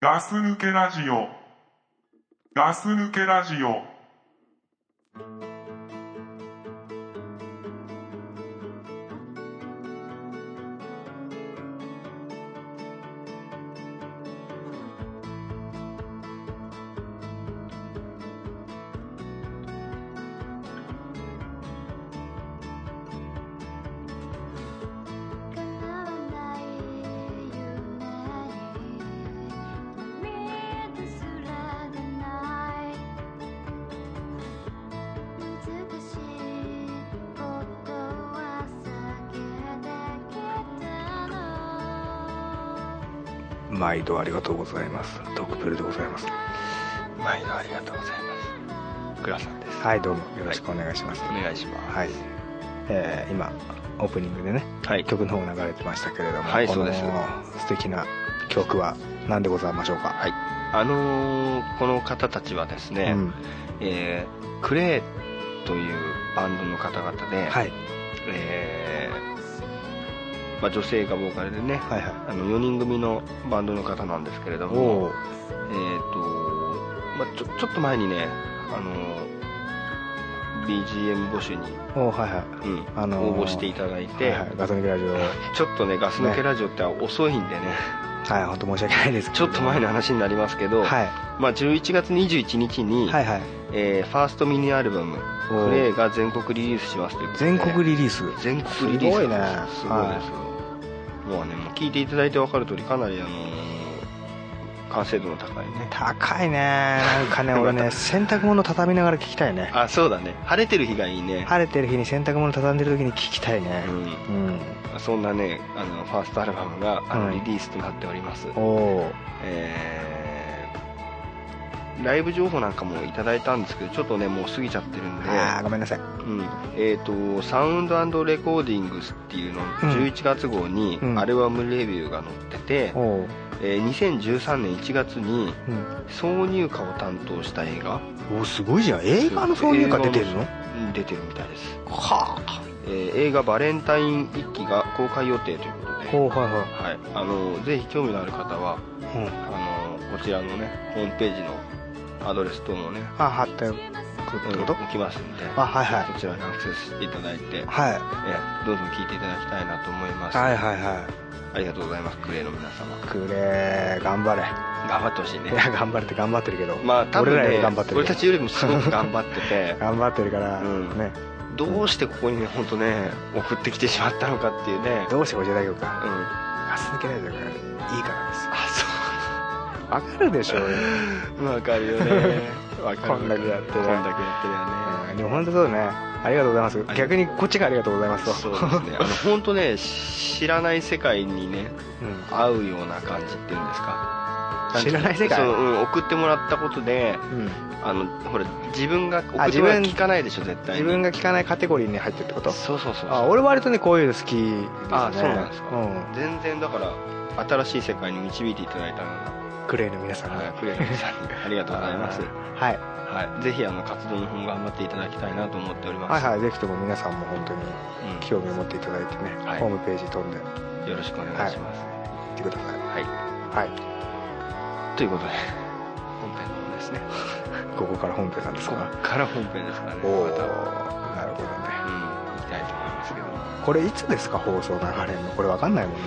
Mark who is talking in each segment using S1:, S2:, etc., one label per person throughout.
S1: ガス抜けラジオ。ガス抜けラジオ。
S2: 叶わない夢に涙すら出ない難しいことは避けてきたの
S3: 毎度ありがとうございますドクプルでございます
S4: 毎度ありがとうございます。倉さんです。
S3: はいどうもよろしくお願いします
S4: お願いします。
S3: はい、えー今オープニングでね
S4: はい、
S3: 曲の方流れてましたけれども、
S4: はい
S3: この
S4: そうです
S3: 素敵な曲は何でございましょうか、
S4: はいあのーこの方たちはですね、
S3: うん
S4: えークレーというバンドの方々で、
S3: はい、
S4: えーまあ、女性がボーカルでね、
S3: はいは
S4: あの4人組のバンドの方なんですけれど
S3: い
S4: も、
S3: おー
S4: えっ、と、まあ、ちょちょっと前にね、あのー BGM 募集に、
S3: おーはいはい
S4: うん
S3: あのー
S4: 応募していただいて、
S3: はいはいガソリンラジオは
S4: ちょっとねガス抜けラジオって遅いんでね
S3: い本当申し訳ないですけ
S4: ち
S3: ど
S4: ょっと前の話になりますけど、
S3: はい、
S4: まあ、11月21日に、
S3: はいはい
S4: えーファーストミニアルバム「
S3: おー
S4: クレイ」が全国リリースしますということで
S3: 全国リリース
S4: 全国リリース
S3: すごいね
S4: すごいですよ、もうねもう聞いていただいて分かる通りかなりあのー完成度の高いね
S3: 高いねなんかね
S4: また
S3: 俺 ね洗濯物畳みながら聞きたいね
S4: あそうだね晴れてる日がいいね、
S3: 晴れてる日に洗濯物畳んでる時に聞きたいね
S4: う
S3: うん、
S4: ん、そんなねあのファーストアルバムがあ
S3: う
S4: の
S3: ん
S4: リリースとなっております、
S3: おお
S4: えーライブ情報なんかもいただいたんですけどちょっとねもう過ぎちゃってるんで
S3: ああごめんなさい
S4: うんえー、とサウンドレコーディングスっていうの
S3: ん
S4: 11月号に
S3: うん
S4: アルバムレビューが載ってて、
S3: おお
S4: えー2013年1月に
S3: うん
S4: 挿入歌を担当した映画
S3: おーすごいじゃん映画の挿入歌出てるの
S4: うん出てるみたいです、
S3: はあ
S4: えー映画「バレンタイン一期」が公開予定ということで、
S3: おーはいは、
S4: はい、あのぜひ興味のある方はい
S3: うん、
S4: あのこちらのねホームページのアドレス等もね
S3: あ貼っておくって
S4: 置
S3: こと、
S4: きますんで
S3: あはいはい
S4: そちらにアクセスしていただいて、え
S3: はい
S4: ーどうぞ聞いていただきたいなと思います、
S3: はいはいは
S4: ありがとうございます、クレイの皆様。
S3: いくれー頑張れ
S4: 頑張ってほしいね
S3: い。や頑張れって頑張ってるけど、
S4: まあ、多分
S3: 俺らよ
S4: ね
S3: り頑張ってる、
S4: 俺たちよりもすごく頑張って て
S3: 頑張ってるから、
S4: うん
S3: ね
S4: どうしてここにね、本当ね、送ってきてしまったのかっていうね。
S3: どうして教えてあげよう
S4: うん
S3: か。ガス抜けないでからいいからです
S4: あ、
S3: わかるでしょうよ、
S4: そう。わか るよね。わかる。
S3: こんだけやってる
S4: こんだけやってるよ
S3: うん
S4: ね。
S3: でも本当そうだねありがとうございます
S4: がとう
S3: 逆にこっちがありがとうございますと
S4: そうですね。あの、本当ね、知らない世界にね、
S3: うん
S4: 合うような感じっていうんですか。
S3: 知らない世界
S4: そう、うん、送ってもらったことで、
S3: うん
S4: あの、ほら、自分が、送
S3: あ
S4: って
S3: 自
S4: もら
S3: 分
S4: う聞かないでしょ、絶対
S3: 自
S4: に。
S3: 分が聞かないカテゴリーに入ってるってこと
S4: そうそうそうそう。
S3: あ俺割とねこういうの好きですね
S4: あそうなんですか
S3: う
S4: 全然だから新しい世界に導いていただいたの
S3: んクレイの皆さん
S4: で、
S3: は
S4: クレア さんにありがとうございます、
S3: い
S4: はい、ぜひあの活動の方も頑張っていただきたいなと思っておりま
S3: はい
S4: す、
S3: はいぜひとも皆さんも本当に
S4: うん
S3: 興味を持っていただいてね、
S4: はい
S3: ホームページ飛んで行
S4: よろしくお願いします、は
S3: ってください
S4: い
S3: はい
S4: ということで本編の方ですね
S3: ここから本編なんです
S4: こ
S3: か
S4: こから本編ですからね
S3: おお
S4: また、
S3: ーなるほどね
S4: うん、行きたいと思いますけど
S3: これいつですか放送流れるのこれわかんないもんね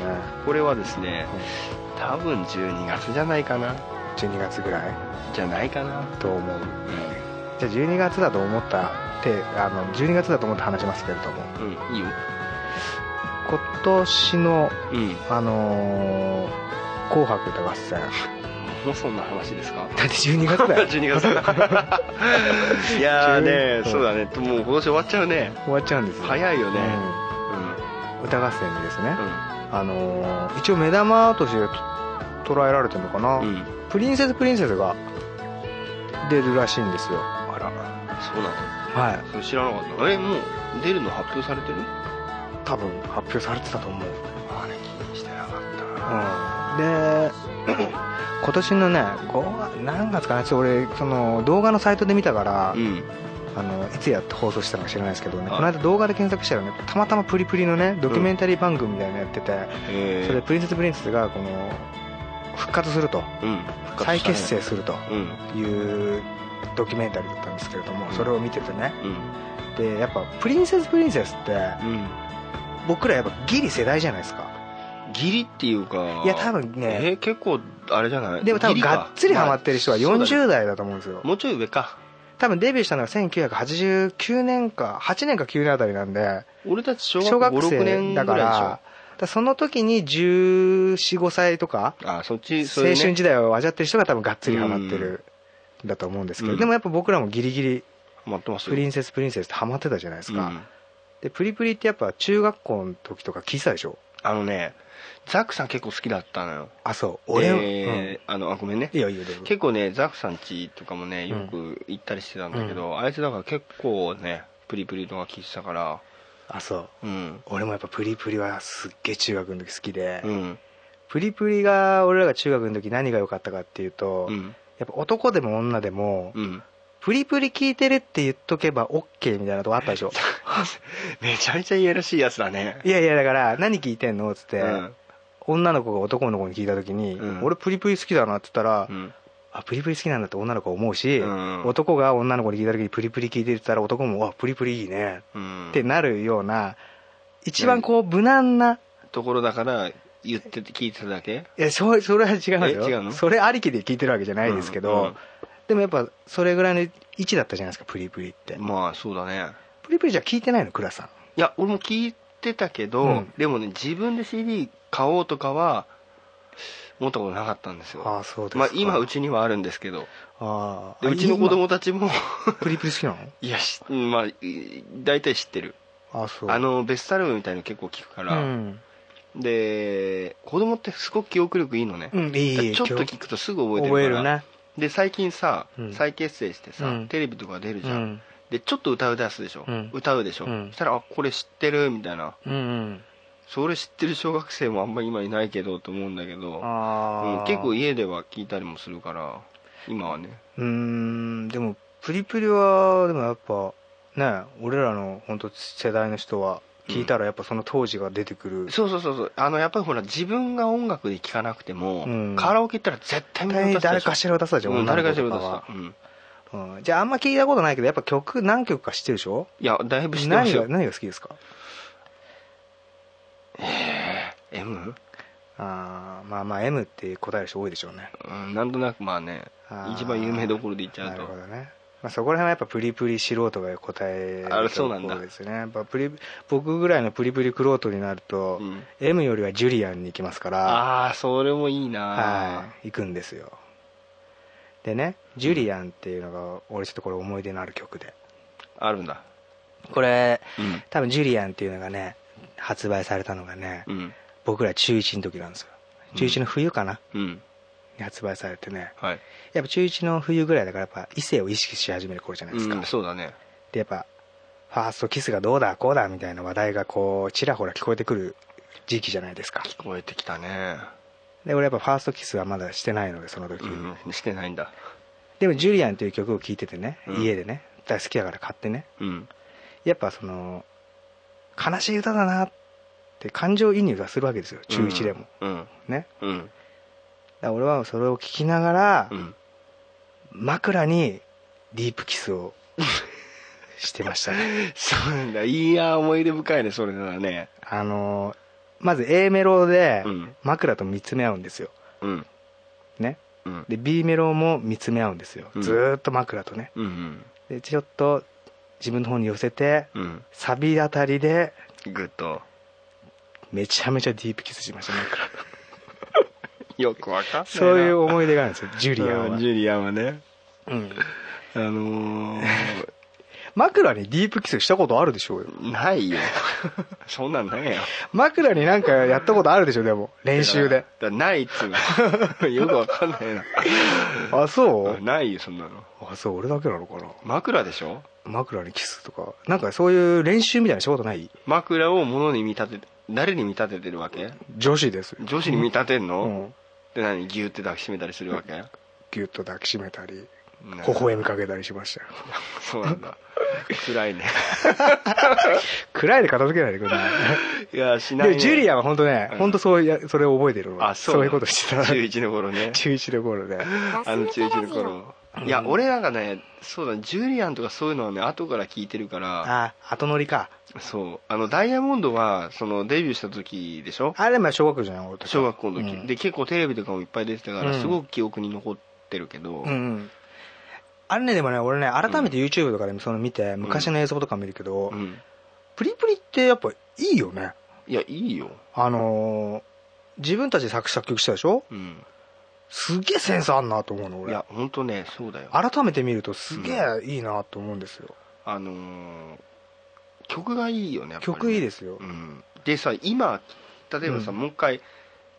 S4: これはですね多分12月じゃないかな
S3: 12月ぐらい
S4: じゃないかな、
S3: と思う
S4: う
S3: じゃあ12月だと思ったってあの12月だと思って話しますけれども
S4: んうん、いいよ
S3: 今年の
S4: うん
S3: あのー紅白歌合 戦」
S4: もうそんな話ですか
S3: だって12月 だよ
S4: 12月 いやーね
S3: 12
S4: そうだねもう今年終わっちゃうね
S3: 終わっちゃうんですよ
S4: 早いよね
S3: うん歌合戦にですね
S4: う、
S3: あのー一応目玉としてと捉えられてるのかな、
S4: んうん、うん、
S3: プリンセスプリンセスが出るらしいんですよ
S4: あらそうな
S3: はい
S4: のそれ知らなかったえもう出るの発表されてる
S3: 多分発表されてたと思う、うん、
S4: あれ気にしてなかっ
S3: で
S4: た
S3: 今年のね5何月かなちょっと俺その動画のサイトで見たから、
S4: うん
S3: あのいつやって放送したのか知らないですけどね、
S4: はい
S3: この間動画で検索したらねたまたまプリプリのねドキュメンタリー番組みたいなのやってて、
S4: え
S3: それでプリンセス・プリンセスがこの復活すると
S4: うん復活した
S3: 再
S4: ね
S3: 結成すると
S4: うん
S3: いうドキュメンタリーだったんですけれどもそれを見ててね
S4: うん
S3: でやっぱ「プリンセス・プリンセス」って
S4: うん
S3: 僕らやっぱギリ世代じゃないですか
S4: ギリっていうか
S3: いや多分ね
S4: えー結構あれじゃない
S3: でも多分
S4: ギリか
S3: がっつりハマってる人は
S4: まあそうだね
S3: 40代だと思うんですよ
S4: もうちょい上か
S3: 多分デビューしたのが1989年か8年か9年あたりなんで
S4: 俺たち小
S3: 小
S4: 学
S3: 学
S4: 56
S3: 生
S4: 年ぐら
S3: だ
S4: いで
S3: か
S4: しょ
S3: らだからその時に1415歳とか
S4: あそっち
S3: 青
S4: そういうね
S3: 春時代を味わってる人が多分がっつりハマってるんだと思うんですけど、
S4: うん
S3: でもやっぱ僕らもギリギリ
S4: ハマってますよ
S3: プリンセスプリンセスってハマってたじゃないですか、
S4: うん
S3: でプリプリってやっぱ中学校の時とか聞いてたでしょ
S4: あのねザックさん結構好きだったのよ
S3: あそう俺、
S4: であのあごめんね
S3: うん、いいよいいよどうぞ
S4: 結構ねザックさん家とかもねよく行ったりしてたんだけど、あいつだから結構ねプリプリとか聞いてたから
S3: あそう
S4: うん
S3: 俺もやっぱプリプリはすっげえ中学の時好きで、
S4: うん
S3: プリプリが俺らが中学の時何が良かったかっていうと、
S4: うん
S3: やっぱ男でも女でも、
S4: うん
S3: プリプリ聞いてるって言っとけば OK みたいなとこあったでしょ
S4: めちゃめちゃいやら しいやつだね
S3: いやいやだから何聞いてんのっつって、
S4: うん
S3: 女の子が男の子に聞いた時に、
S4: うん
S3: 俺プリプリ好きだなって言ったら、
S4: うん
S3: あプリプリ好きなんだって女の子は思うし、
S4: うん
S3: 男が女の子に聞いた時にプリプリ聞いてるって言ったら男もあプリプリいいね
S4: うん
S3: ってなるような一番こう無難な
S4: ところだから言ってて聞いてただけ
S3: いやそそれは違うんですよ
S4: え違うの
S3: それありきで聞いてるわけじゃないですけど、
S4: うんうん
S3: でもやっぱそれぐらいの位置だったじゃないですかプリプリって
S4: まあそうだね
S3: プリプリじゃ聞いてないの倉さん
S4: いや俺も聞いてたけど、
S3: うん
S4: でもね自分で CD 買おうとかは持ったことなかったんですよ
S3: ああそうですか
S4: まあ今うちにはあるんですけど
S3: ああ
S4: でうちの子
S3: 今
S4: 供たちも
S3: プリプリ好きなの
S4: いやしまあい大体知ってる
S3: ああそう
S4: あのベストアルバムみたいの結構聞くか
S3: う
S4: ら、
S3: ん、
S4: で子供ってすごく記憶力いいのね、
S3: うん、いいいい
S4: ちょっと聞くとすぐ覚えてるから
S3: 覚えるな
S4: で最近さ、
S3: うん
S4: 再結成してさ、
S3: うん
S4: テレビとか出る
S3: う
S4: じゃん、
S3: ん
S4: でちょっと歌う出すでしょ、
S3: うん
S4: 歌うでしょ、
S3: うん
S4: そしたらあこれ知ってるみたいな
S3: うんうん
S4: それ知ってる小学生もあんまり今いないけどと思うんだけど、
S3: あ
S4: う
S3: あ
S4: ん結構家では聞いたりもするから今はね
S3: うーんでもプリプリはでもやっぱね俺らの本当世代の人は聞いたらやっぱその当時が出てくる、
S4: そうそうそうそうあのやっぱりほら自分が音楽で聴かなくても、
S3: うん
S4: カラオケ行ったら絶対みんな
S3: 絶対
S4: 歌
S3: 誰
S4: ってた
S3: か
S4: でし
S3: しらを出すたじゃ
S4: ょ
S3: ん、
S4: うん
S3: 女の
S4: 誰
S3: 子
S4: かし
S3: と
S4: ら
S3: か
S4: 歌って
S3: は
S4: た、うん、
S3: うん、じゃああんま聞いたことないけどやっぱ曲何曲か知ってるでしょ
S4: いやだいぶ知ってま
S3: 何
S4: す
S3: が
S4: よ
S3: 何が好きですか
S4: M?
S3: あーまあまあ M って答える人多いでしょうね
S4: うん、なんとなくまあね
S3: あー
S4: 一番有名どころで言っちゃ
S3: な
S4: う
S3: るほ
S4: と
S3: どね、まあ、そこら辺はやっぱプリプリ素人が答え
S4: あれ
S3: る
S4: そう
S3: と
S4: なん
S3: こ
S4: だ
S3: ろですねやっぱプリ僕ぐらいのプリプリクロートになると、
S4: うん
S3: M よりはジュリアンに行きますから
S4: ああそれもいいな、
S3: はい行くんですよでねジュリアンっていうのが俺ちょっとこれ思い出のある曲で
S4: あるんだ
S3: これ
S4: うん
S3: 多分ジュリアンっていうのがね発売されたのがね、
S4: うん
S3: 僕ら中1の時なんですよ中1の冬かな、
S4: うん
S3: に発売されてね
S4: はい、
S3: やっぱ中1の冬ぐらいだからやっぱ異性を意識し始める頃じゃないですか、
S4: うん、そうだね
S3: でやっぱファーストキスがどうだこうだみたいな話題がこうちらほら聞こえてくる時期じゃないですか
S4: 聞こえてきたね
S3: で俺やっぱファーストキスはまだしてないのでその時、
S4: うんしてないんだ
S3: でも「ジュリアン」という曲を聴いててね
S4: うん
S3: 家でね大好きだから買ってね
S4: うん
S3: やっぱその悲しい歌だなって感情移入がするわけですよ中1でも、
S4: うん
S3: ね
S4: うん
S3: だから俺はそれを聴きながら
S4: うん
S3: 枕にディープキスを してましたね
S4: そうなんだいや思い出深いねそれならね
S3: あのまず A メロで
S4: うん
S3: 枕と見つめ合うんですよ
S4: うん
S3: ね
S4: うん
S3: で B メロも見つめ合うんですよ、
S4: うん
S3: ずーっと枕とね
S4: うん
S3: でちょっと自分の方に寄せて
S4: うん
S3: サビあたりで
S4: グッと
S3: めちゃめちゃディープキスしましたね
S4: よくわかんないな
S3: そういう思い出があるんですよジュ
S4: ジ
S3: リ
S4: ュリ
S3: ア
S4: ア
S3: ン
S4: ン
S3: は
S4: はジ、ュリアンはね
S3: うん、
S4: あのー
S3: 枕にディープキスしたことあるでしょうよ
S4: ないよ そんなんないよ
S3: 枕になんかやったことあるでしょでも練習で
S4: だからないっつうの よくわかんないな
S3: あそう
S4: ないよそんなの
S3: あそう俺だけなのかな
S4: 枕でしょ
S3: 枕にキスとかなんかそういう練習みたいなしたことない
S4: 枕を物に見立てて誰に見立ててるわけ
S3: 女子ですよ
S4: 女子に見立てんの、
S3: うん
S4: で何ギュって抱きしめたりするわけ
S3: ギュッと抱きしめたり
S4: 微
S3: 微笑みかけたりしました よ
S4: そうなん だ辛いね
S3: 暗いで片付けないでくださ
S4: いやし
S3: い、
S4: ない、ね、
S3: でジュリアは本当ね
S4: うん
S3: 本当そうやそれを覚えてる俺
S4: あそう
S3: いうことしてた
S4: 中1の頃ね
S3: 中1の頃で
S4: あの中1の頃いや俺らがねそうだねジュリアンとかそういうのはね後から聞いてるから
S3: あ後乗りか
S4: そうあのダイヤモンドはそのデビューした時でしょ
S3: あれまあ小学校じゃない俺と
S4: 小学校の時、
S3: うん
S4: で結構テレビとかもいっぱい出てたから、
S3: うん
S4: すごく記憶に残ってるけど、
S3: うんうんあれねでもね俺ね改めて YouTube とかでもその見て昔の映像とか見るけど、
S4: うん
S3: プリプリってやっぱいいよね
S4: いやいいよ、
S3: あのー自分たちで作詞作曲したでしょ
S4: うん、
S3: すげえセンスあんなと思うの
S4: い
S3: 俺
S4: や本当ねそうだよあ
S3: 改めて見るとすげえいいなと思うんですよ、
S4: のー曲がいいよねやっぱりね
S3: 曲いいですよ、
S4: うん、でさ今例えばさ、
S3: うん
S4: もう一回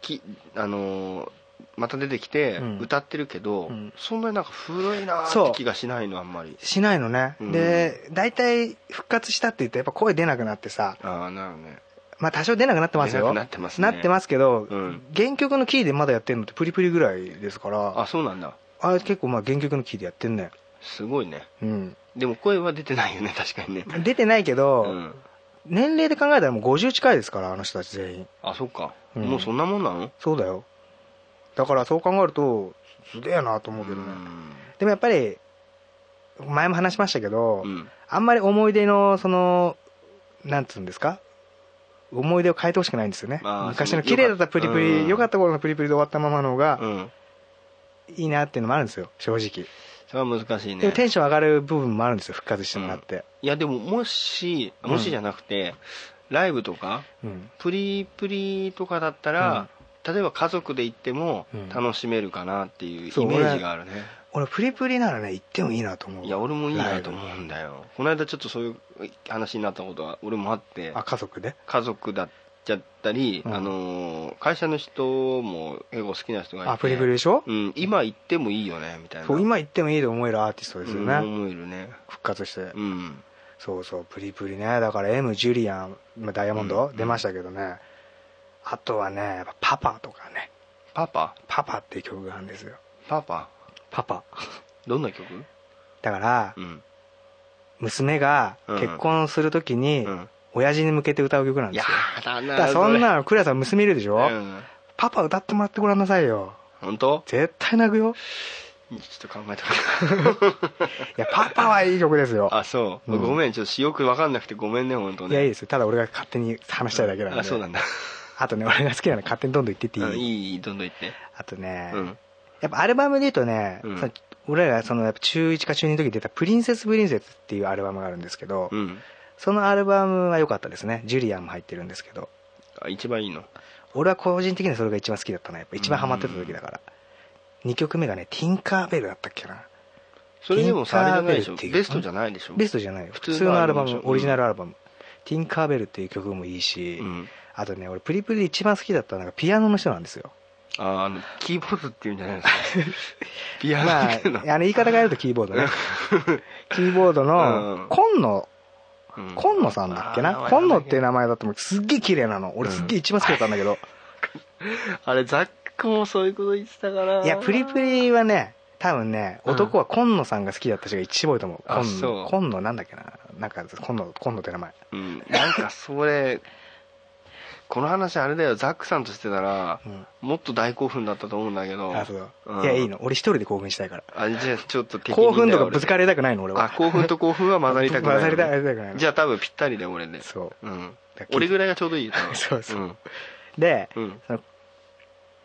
S4: きあのーまた出てきて
S3: うん
S4: 歌ってるけど、
S3: うん
S4: そんなになんか古いなー
S3: そ
S4: っ
S3: う
S4: て気がしないのあんまり
S3: しないのね、
S4: うん
S3: で大体復活したって言ってやっぱ声出なくなってさ
S4: ああなるほどね
S3: まあ多少出なくなってます
S4: 出な
S3: よ
S4: くなってますね
S3: なってますけど、
S4: うん
S3: 原曲のキーでまだやってるのってプリプリぐらいですからあ
S4: あそうなんだ
S3: れ結構まあ原曲のキーでやってんね
S4: すごいね
S3: うん
S4: でも声は出てないよね確かにね
S3: 出てないけど、
S4: うん
S3: 年齢で考えたらもう50近いですからあの人たち全員
S4: あそっか、
S3: うん
S4: もうそんなもんなの
S3: そうだよだからそう考えるとすげえなと思うけどね、でもやっぱり前も話しましたけど、
S4: うんうん
S3: あんまり思い出のそのなんつうんですか思い出を変えてほしくないんですよね
S4: あー
S3: 昔
S4: そ
S3: の
S4: の
S3: 綺麗だったプリプ
S4: うん
S3: リ良かった頃のプリプリで終わったままの方
S4: う
S3: が
S4: ん
S3: いいなっていうのもあるんですよ正直
S4: それは難しい
S3: で
S4: ね
S3: もテンション上がる部分もあるんですよ復活してもらって
S4: いやでももし
S3: うん
S4: もしじゃなくて、ライブとか
S3: うん
S4: プリプリとかだったら、例えば家族で行っても
S3: うん
S4: 楽しめるかなっていうイメ
S3: そう
S4: ージがあるね、
S3: 俺プリプリならね行ってもいいなと思う
S4: いや俺もいいなと思うんだよこの間ちょっとそういう話になったことは俺もあって
S3: あ家族で
S4: 家族だっちゃったり、
S3: うん
S4: あのー会社の人も結構好きな人がいて
S3: あプリプリでしょ
S4: うん、今行ってもいいよねみたいな
S3: そう今行ってもいいと思えるアーティストですよね、
S4: うん思えるね
S3: 復活して
S4: うん
S3: そうそうプリプリねだから M ジュリアンまあダイヤモンド、
S4: うん
S3: 出ましたけどねあとはねやっぱパパとかね
S4: パパ
S3: パパっていう曲があるんですよ
S4: パパ
S3: パパ
S4: どんな曲
S3: だから
S4: うん、
S3: 娘が
S4: うん
S3: 結婚するときに
S4: うん、
S3: 親父に向けて歌う曲なん
S4: い
S3: で
S4: や
S3: すよ
S4: だな
S3: だからそんなのクレアさん娘いるでし
S4: そ
S3: ょ、
S4: れうん
S3: パパ歌ってもらってごらんなさいよ
S4: 本当
S3: 絶対泣くよ
S4: ちょっと考えたかっ
S3: いやパパはいい曲ですよ
S4: たあそう、
S3: うん
S4: ごめんちょっとしよく分かんなくてごめんね本当
S3: い
S4: ね
S3: やいいですよただ俺が勝手に話したいだけなんで
S4: あそうなんだ
S3: あとね俺が好きなの勝手にどんどん言って ってい
S4: うん
S3: い
S4: いいいいどんどん言って
S3: あとね、
S4: うん
S3: やっぱアルバムで言うとね、
S4: うん
S3: その俺らがそのやっぱ中1か中2の時に出た「プリンセス・プリンセス」っていうアルバムがあるんですけど、
S4: うん
S3: そのアルバムは良かったですねジュリアンも入ってるんですけど
S4: あ一番いいの
S3: 俺は個人的にはそれが一番好きだったなやっぱ一番ハマってた時だから、2曲目がね「ティンカーベル」だったっけな
S4: それでもさあれじゃないでしょ
S3: ティンカーベルっていう
S4: ベストじゃないでしょ
S3: ベス
S4: ス
S3: トじゃないよ普
S4: 普
S3: 通
S4: 通
S3: の
S4: の
S3: アル
S4: アル
S3: バ
S4: バムでし
S3: ム
S4: ょ
S3: オリジナルアルバム「ティンカーベル」っていう曲もいいし、
S4: うん
S3: あとね俺プリプリで一番好きだったのがピアノの人なんですよ
S4: ああのキーボードっていうんじゃな いですかピアノ
S3: ま
S4: っていうの
S3: あ、あの言い方変えるとキーボードねキーボード
S4: う
S3: の
S4: ん
S3: 紺野
S4: うん
S3: 今野さんだっけ
S4: あー名
S3: な
S4: 前
S3: 今野っていう名前だと思うすっげえ綺麗なの俺
S4: うん
S3: すっげえ一番好きだったんだけど、
S4: あれザックもそういうこと言ってたから
S3: いやプリプリはね多分ね
S4: うん
S3: 男は今野さんが好きだった人が一番多いと思う
S4: あ
S3: 今
S4: そ
S3: 野
S4: う
S3: 今野なんだっけななんか今野今野って名前
S4: うんなんかそれこの話あれだよザックさんとしてたら
S3: うん
S4: もっと大興奮だったと思うんだけど
S3: あそう、
S4: うん
S3: いやいいの俺一人で興奮したいから
S4: あじゃあちょっと敵に
S3: 興奮とかぶつ
S4: る
S3: かりたくないの俺
S4: あ
S3: は
S4: 興奮と興奮は混ざりたくない
S3: 混ざりたくない
S4: じ
S3: ゃ
S4: ゃあ多分ぴったりで俺で
S3: そう
S4: うん
S3: だから
S4: 俺ぐらいがちょうどいい多分
S3: そうそう
S4: うん
S3: で
S4: うん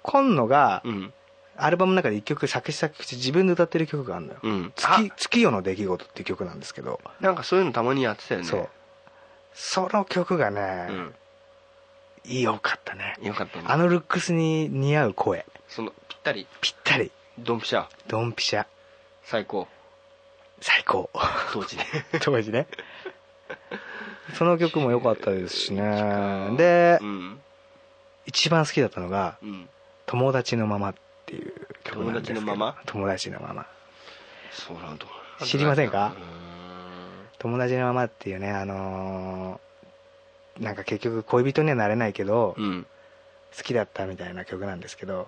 S3: 今野が
S4: うん
S3: アルバムの中で一曲作詞作曲して自分で歌ってる曲があるのよ
S4: うん
S3: 「月月夜の出来事」っていう曲なんですけど、
S4: あなんかそういうのたまにやってたよね
S3: そうその曲がね、
S4: うん
S3: いいよかったね
S4: よかったね
S3: あのルックスに似合う声
S4: そのぴったり
S3: ぴったり
S4: ドンピシャ
S3: ドンピシャ
S4: 最高
S3: 最 高
S4: 当 時ね
S3: 当時ねその曲も良かったですしねで
S4: うん
S3: 一番好きだったのが
S4: うん
S3: 「友達のまま」っていう曲なんですけど
S4: 友達のまま
S3: 友達のまま
S4: そうなんだ
S3: 知りませんか
S4: うー
S3: 友達のままっていうねあのーなんか結局恋人にはなれないけど、
S4: んうん
S3: 好きだったみたいな曲なんですけど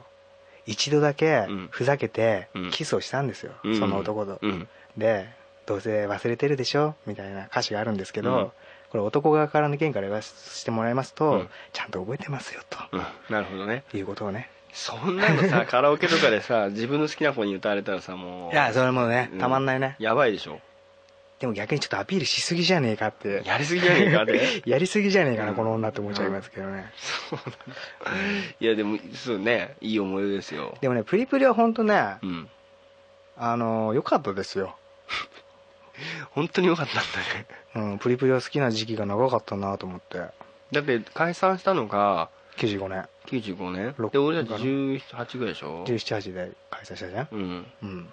S3: 一度だけ
S4: うん
S3: ふざけて
S4: うん
S3: キスをしたんですよ、
S4: うん
S3: その男と、
S4: うん
S3: で「どうせ忘れてるでしょ」みたいな歌詞があるんですけど、
S4: うん
S3: これ男側からの意見から言わしてもらいますと、
S4: うん
S3: ちゃんと覚えてますよ
S4: うんなるほどね
S3: ということをね
S4: そんなの さカラオケとかでさ自分の好きな子に歌われたらさもう
S3: いやそれもね
S4: うん
S3: たまんないね、
S4: やばいでしょ
S3: でも逆にちょっとアピールしすぎじゃねえかって
S4: やりすぎじゃねえかって
S3: やりすぎじゃねえかな、
S4: うん
S3: この女って思っちゃいますけどね、
S4: いやでもそうねいい思い出ですよ
S3: でもねプリプリは本当ね
S4: うん
S3: あの良かったですよ、
S4: 本当に良かったんだね
S3: うん、プリプリは好きな時期が長かったなと思って
S4: だって解散したのが
S3: 95年
S4: 95年
S3: 六
S4: で俺たち18ぐらいでしょ
S3: 178で開催したじゃん、
S4: うん
S3: うん、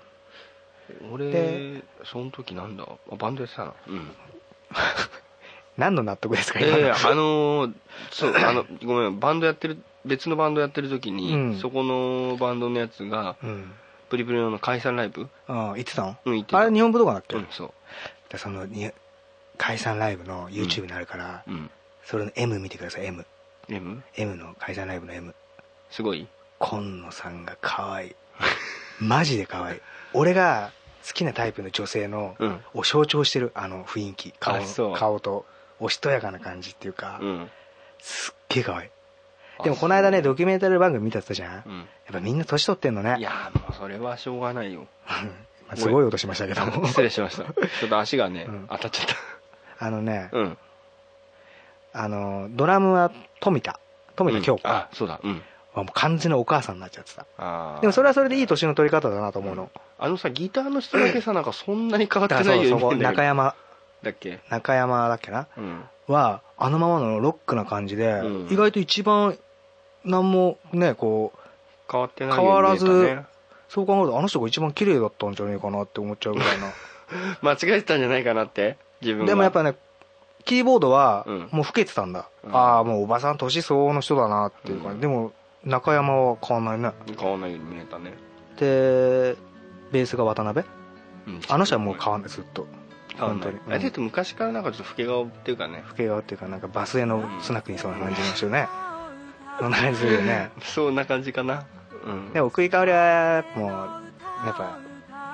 S4: 俺
S3: で
S4: その時なんだあバンドやってたなうん
S3: 何の納得ですか
S4: い
S3: 今の
S4: やいやあのーそうあのごめんバンドやってる別のバンドやってる時に、
S3: うん
S4: そこのバンドのやつが
S3: うん、
S4: プリプリの解散ライブ
S3: うん、言ってたの
S4: うん行ってた
S3: あれ日本武道館だっけ、
S4: うんそう
S3: でそのに解散ライブの YouTube になるから、
S4: うん
S3: それの M 見てください MM
S4: M
S3: の解散ライブの M
S4: すごい
S3: 今野さんが可 愛いマジで可愛い俺が好きなタイプの女性の、
S4: うん
S3: を象徴してるあの雰囲気顔
S4: あそう
S3: 顔とおしとやかな感じっていうか、
S4: うん
S3: すっげえ可愛い
S4: あ
S3: でもこの間ね
S4: そ
S3: ドキュメンタリー番組見たって言ったじゃん、
S4: う
S3: や
S4: うん
S3: っぱみんな年取ってんのね
S4: いやーもうそれはしょうがないよ
S3: まあすごい音しましたけども
S4: 失礼しましたちょっと足がね、
S3: うん
S4: 当たっちゃっ
S3: あのね、
S4: たうん
S3: あのドラムは富田富田京子、
S4: うんあそうだうん
S3: はもう完全なお母さんになっちゃってた
S4: あー
S3: でもそれはそれでいい年の取り方だなと思うの、
S4: あのさギターの人だけさなんかそんなに変わって
S3: だからそ
S4: ないうよ
S3: そうこ
S4: に見えんだけ
S3: 中
S4: ど
S3: 山
S4: だっけ
S3: 中山だっけな
S4: うん
S3: はあのままのロックな感じで、
S4: うん
S3: 意外と一番何もねこう
S4: 変わってない
S3: 変わらず
S4: ように見えたね
S3: そう考えるとあの人が一番綺麗だったんじゃねえかなって思っちゃうぐらい な
S4: 間違えてたんじゃないかなって自分が
S3: でもやっぱねキーボードは
S4: うん
S3: もう老けてたんだ、
S4: うん
S3: ああもうおばさん年相応の人だなっていう感じ、
S4: うん
S3: でも中山は変わんないね
S4: 変わらないように見えたね、
S3: でベースが渡辺
S4: うん
S3: あの人はもう変わんないずっと
S4: 変わんない
S3: 本当に
S4: あれだって昔からなんかちょっと老け顔っていうかね
S3: 老け顔っていうかなんかバスへのスナックにいそうな感じの人ねそんな感じするよね
S4: そんな感じかなうん
S3: でも奥井香織はもうやっぱ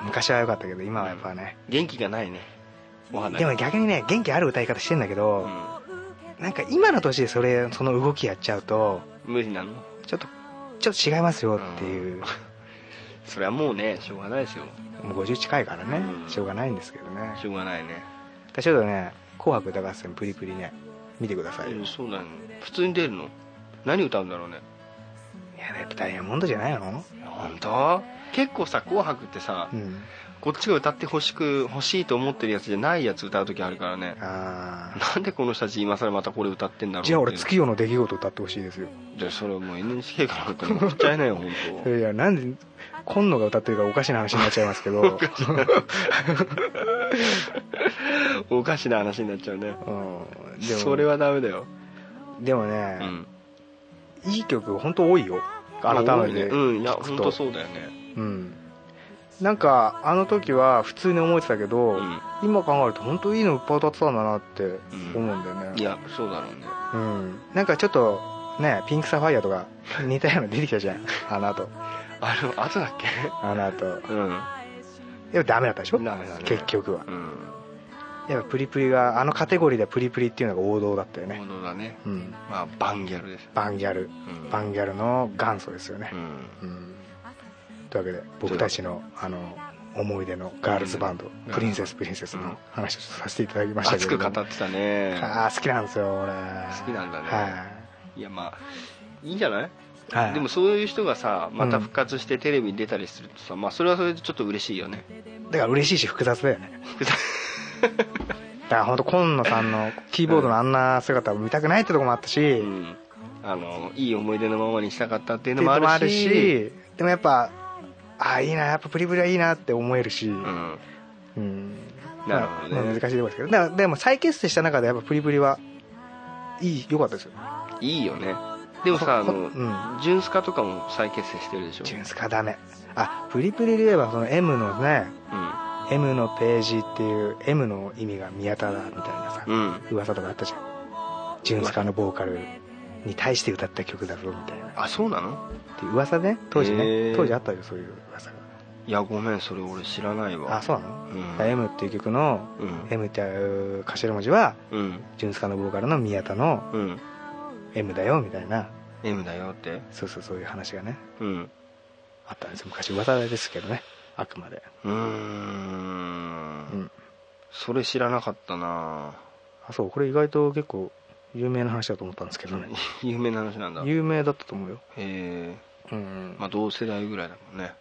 S3: 昔は良かったけど今はやっぱね
S4: 元気がないねお花
S3: でも逆にね元気ある歌い方してんだけ
S4: う
S3: ど
S4: ん
S3: なんか今の年でそれその動きやっちゃうと
S4: 無理なの
S3: ちょっとちょっと違いますよっていう
S4: それはもうねしょうがないですよ
S3: もう50近いからね
S4: うん
S3: しょうがないんですけどね
S4: しょうがないね
S3: 私ちょっとね「紅白歌合戦プリプリね」見てくださいよ
S4: う
S3: い
S4: んそうだね普通に出るの何歌うんだろうね
S3: ややっぱダイヤモンドじゃないの
S4: 本当結構さ「紅白」ってさ
S3: うん
S4: こっちが歌ってほしく欲しいと思ってるやつじゃないやつ歌う時あるからね
S3: ああ
S4: なんでこの人たち今更またこれ歌ってんだろうって
S3: じゃあ俺月夜の出来事歌ってほしいですよ
S4: じゃあそれもう NHK から歌っちゃいなよ本
S3: いやいやなんで今野が歌ってるからおかしな話になっちゃいますけ ど、
S4: 当おかしな話になっちゃうね
S3: うん、でも
S4: それはダメだよ
S3: でも
S4: う
S3: ね、
S4: ん
S3: いい曲本当多いよ改めて
S4: うんいや
S3: 聞くと
S4: 本当そうだよね
S3: うんなんかあの時は普通に思えてたけど、
S4: うん
S3: 今考えると本当いいのいっぱい歌ってたんだなって思うんだよね、
S4: いやそうだろうね
S3: うん、なんかちょっとねピンクサファイアとか似たようなの出てきた じゃんあの後
S4: あの後だっけ
S3: あの後
S4: うん
S3: やっぱダメだったでしょ
S4: ダメだね
S3: 結局は
S4: うん
S3: やっぱプリプリがあのカテゴリーでプリプリっていうのが王道だったよね
S4: ものだね
S3: うん
S4: まあバンギャルです
S3: バンギャル
S4: うん
S3: バンギャルの元祖ですよね
S4: う、ん
S3: うんというわけで僕たちのあの思い出のガールズバンド
S4: うん
S3: プリンセスプリンセス
S4: うん
S3: の話をさせていただきましたけ
S4: 熱
S3: れど
S4: く
S3: も
S4: 語ってたね
S3: ああ好きなんですよ俺
S4: 好きなんだねいやまあいいんじゃない
S3: はい、はい、
S4: でもそういう人がさまた復活してテレビに出たりするとさ、まあそれはそれでちょっと嬉しいよね
S3: だから嬉しいし複雑だよねだから本当今野さんのキーボードのあんな姿を見たくないってとこもあったし、
S4: う
S3: っ
S4: んあのいい思い出のままにしたかったっていう
S3: て
S4: の
S3: いうの
S4: も
S3: も
S4: あ
S3: あ
S4: る
S3: る
S4: し
S3: しでもやっぱああいいなやっぱプリプリはいいなって思えるし、
S4: うん
S3: うん
S4: なるほどね
S3: まあ難しいところですけどだからでも再結成した中でやっぱプリプリはいい良かったですよ
S4: いいよねでもさあ
S3: ほ
S4: の、
S3: うん
S4: ジュンスカとかも再結成してるでしょ
S3: ジュンスカダメあプリプリで言えばその M のね M のページっていう M の意味が宮田だみたいなさ、
S4: うん、うん、
S3: 噂とかあったじゃんジュンスカのボーカルに対して歌った曲だぞみたいな
S4: あそうなの
S3: ていう噂ね当時
S4: へ
S3: ね
S4: ー
S3: 当時あったよそういう噂が
S4: いやごめんそれ俺知らないわ
S3: あそうなの
S4: う、ん、
S3: だから M っていう曲の
S4: うん
S3: M っていう頭文字は
S4: うん
S3: ジュンスカのボーカルの宮田の
S4: うん
S3: M だよみたいな
S4: M だよって
S3: そうそうそういう話がね
S4: うん
S3: あったんですよ昔噂ですけどねあくまで
S4: うーん、
S3: うん
S4: それ知らなかったな
S3: あそうこれ意外と結構有名な話だと思ったんですけどね
S4: 有名な話なんだへ
S3: 有名だったと思うよ
S4: え
S3: うん、
S4: まあ同世代ぐらいだもんね、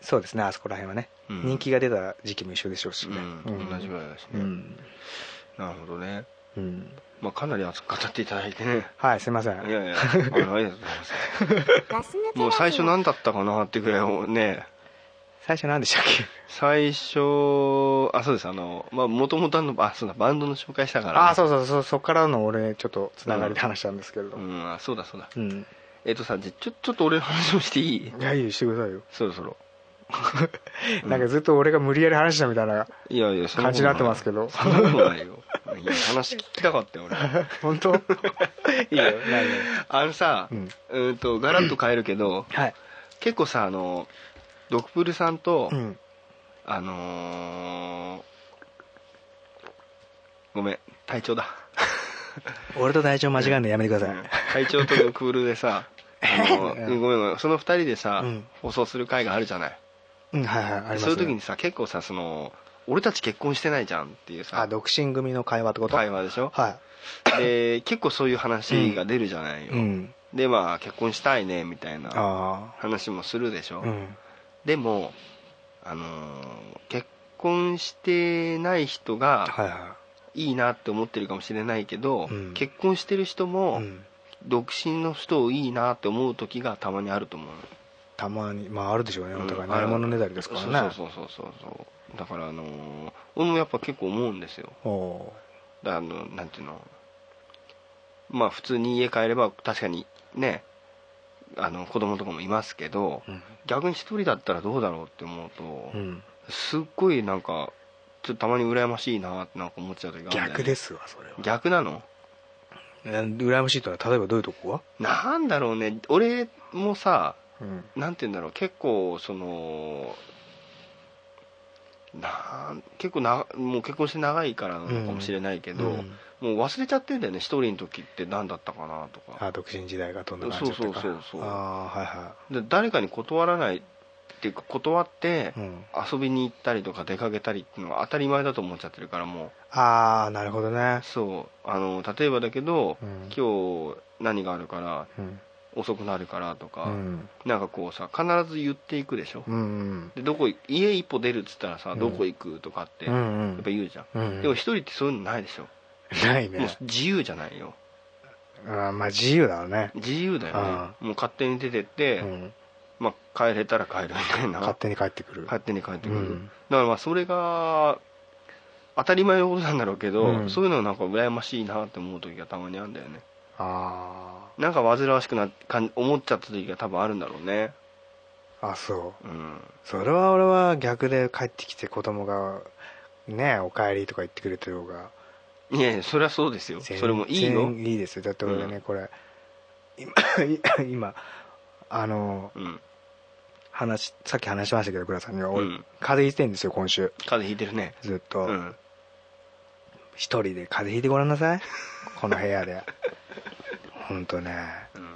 S3: そうですねあそこら辺はね、
S4: うん
S3: 人気が出た時期も一緒でしょうし
S4: う
S3: ね、
S4: ん
S3: うん
S4: 同じぐらいだし
S3: う
S4: ね、
S3: ん、
S4: なるほどね
S3: うん、
S4: まあかなり熱く語っていただいてね
S3: はいすいません
S4: いやいやあのありがとうござい ますもう最初何だったかなってぐらいをね
S3: 最初何でしたっけ
S4: 最初あそうですあのまあ元々のあそうだバンドの紹介したから、
S3: ああ
S4: う
S3: そうそうそうそっからの俺ちょっとつながりで話したんですけれどうん、
S4: んあそうだそうだえっ、とさじゃちょちょっと俺の話をしていい
S3: いやいいしてくださいよ、
S4: そろそろ
S3: なんかずっと俺が無理やり話したみたいない
S4: やいやそん
S3: 感じになってますけど
S4: そんなことないよいや話聞きたかったよ俺
S3: 本当い いよないよ
S4: あのさ、
S3: うん
S4: うーんとガラッと変えるけど
S3: はい
S4: 結構さあのドクプルさんと、
S3: うん
S4: あのーごめん隊長だ
S3: 俺と隊長間違えるのやめてください、
S4: 隊長とドクプル でさあの
S3: う
S4: うんんごめんごめんその2人でさ、
S3: うん
S4: 放送する回があるじゃない
S3: うん、はいはいあります、ね、
S4: そういう時にさ結構さその俺たち結婚してないじゃんっていう
S3: あ
S4: さ
S3: 独身組の会話ってこと
S4: 会話でしょ
S3: は
S4: で結構そういう話が出るじゃな
S3: い
S4: いよ、
S3: うん
S4: でまあ結婚したいねみたいな
S3: あ
S4: 話もするでし
S3: あ
S4: ょ、
S3: うん
S4: でも、あのー結婚してない人が
S3: はいはい
S4: いなって思ってるかもしれないけど、
S3: うん
S4: 結婚してる人
S3: い、
S4: も
S3: うん、
S4: 独身の人をいいなって思う時がたまにあると思うの
S3: たまにまああるでしょうねお互い
S4: うんあ
S3: ない
S4: る
S3: ものねだりですからね
S4: そうそうそうそうそうだからあのー俺もやっぱ結構思うんですよ
S3: お
S4: だからあのなんていうのまあ普通に家帰れば確かにねあの子供とかもいますけど
S3: ー
S4: 逆に一人だったらどうだろうって思うと、
S3: うん、うん、
S4: すっごいなんかちょっとたまに羨ましいなってなんか思っちゃう時があるんだよね
S3: 逆ですわそれは
S4: 逆なの
S3: え羨ましいとは例えばどういうとこは
S4: なんだろうね俺もさ
S3: うん
S4: なんて言うんだろう結構そのなん結構なもう結婚して長いからなのかもしれないけど、
S3: うん
S4: もう忘れちゃってんだよね一人の時って何だったかなとか
S3: あ独身時代がどんな感じだったか
S4: そうそうそうそう
S3: ああはいは
S4: で誰かに断らないっていうか断って
S3: い、うん、
S4: 遊びに行ったりとか出かけたりっていうのが当たり前だと思っちゃってるからもう
S3: ああなるほどね
S4: そうあの例えばだけど、
S3: うん
S4: 今日何があるから
S3: うん
S4: 遅くなるからとか、
S3: うん
S4: なんかこうさ必ず言っていくでしょ、
S3: うんうん
S4: でどこい家一歩出るっつったらさ、
S3: うん
S4: どこ行くとかって、
S3: う
S4: やっ
S3: ん
S4: ぱ言うじゃん、
S3: うん
S4: でも一人ってそういうのないでしょ、
S3: ない
S4: もう
S3: ね
S4: 自由じゃないよ
S3: あーまあ自由だろうね
S4: 自由だよね、もう勝手に出てって、
S3: うん
S4: まあ、帰れたら帰るみたいな
S3: 勝手に帰ってくる
S4: 勝手に帰ってくる、
S3: うん
S4: だからまあそれが当たり前のことなんだろうけど、
S3: うん
S4: そういうのなんか羨ましいなって思う時がたまにあるんだよね
S3: あ
S4: なんか煩わしくなかん思っちゃった時が多分あるんだろうね
S3: ああそう
S4: うん
S3: それは俺は逆で帰ってきて子供がねお帰りとか言ってくれてる方が
S4: いやいやそりゃそうですよ
S3: 全
S4: それもいいよ
S3: 全然いいですよだって俺ね、
S4: う
S3: これ今今 あの
S4: うん
S3: 話さっき話しましたけど倉さんには俺、
S4: うん
S3: 風邪ひいてんですよ今週
S4: 風邪ひいてるね
S3: ずっと、
S4: うん
S3: 一人で風邪ひいてごらんなさいこの部屋 で本当ね
S4: うん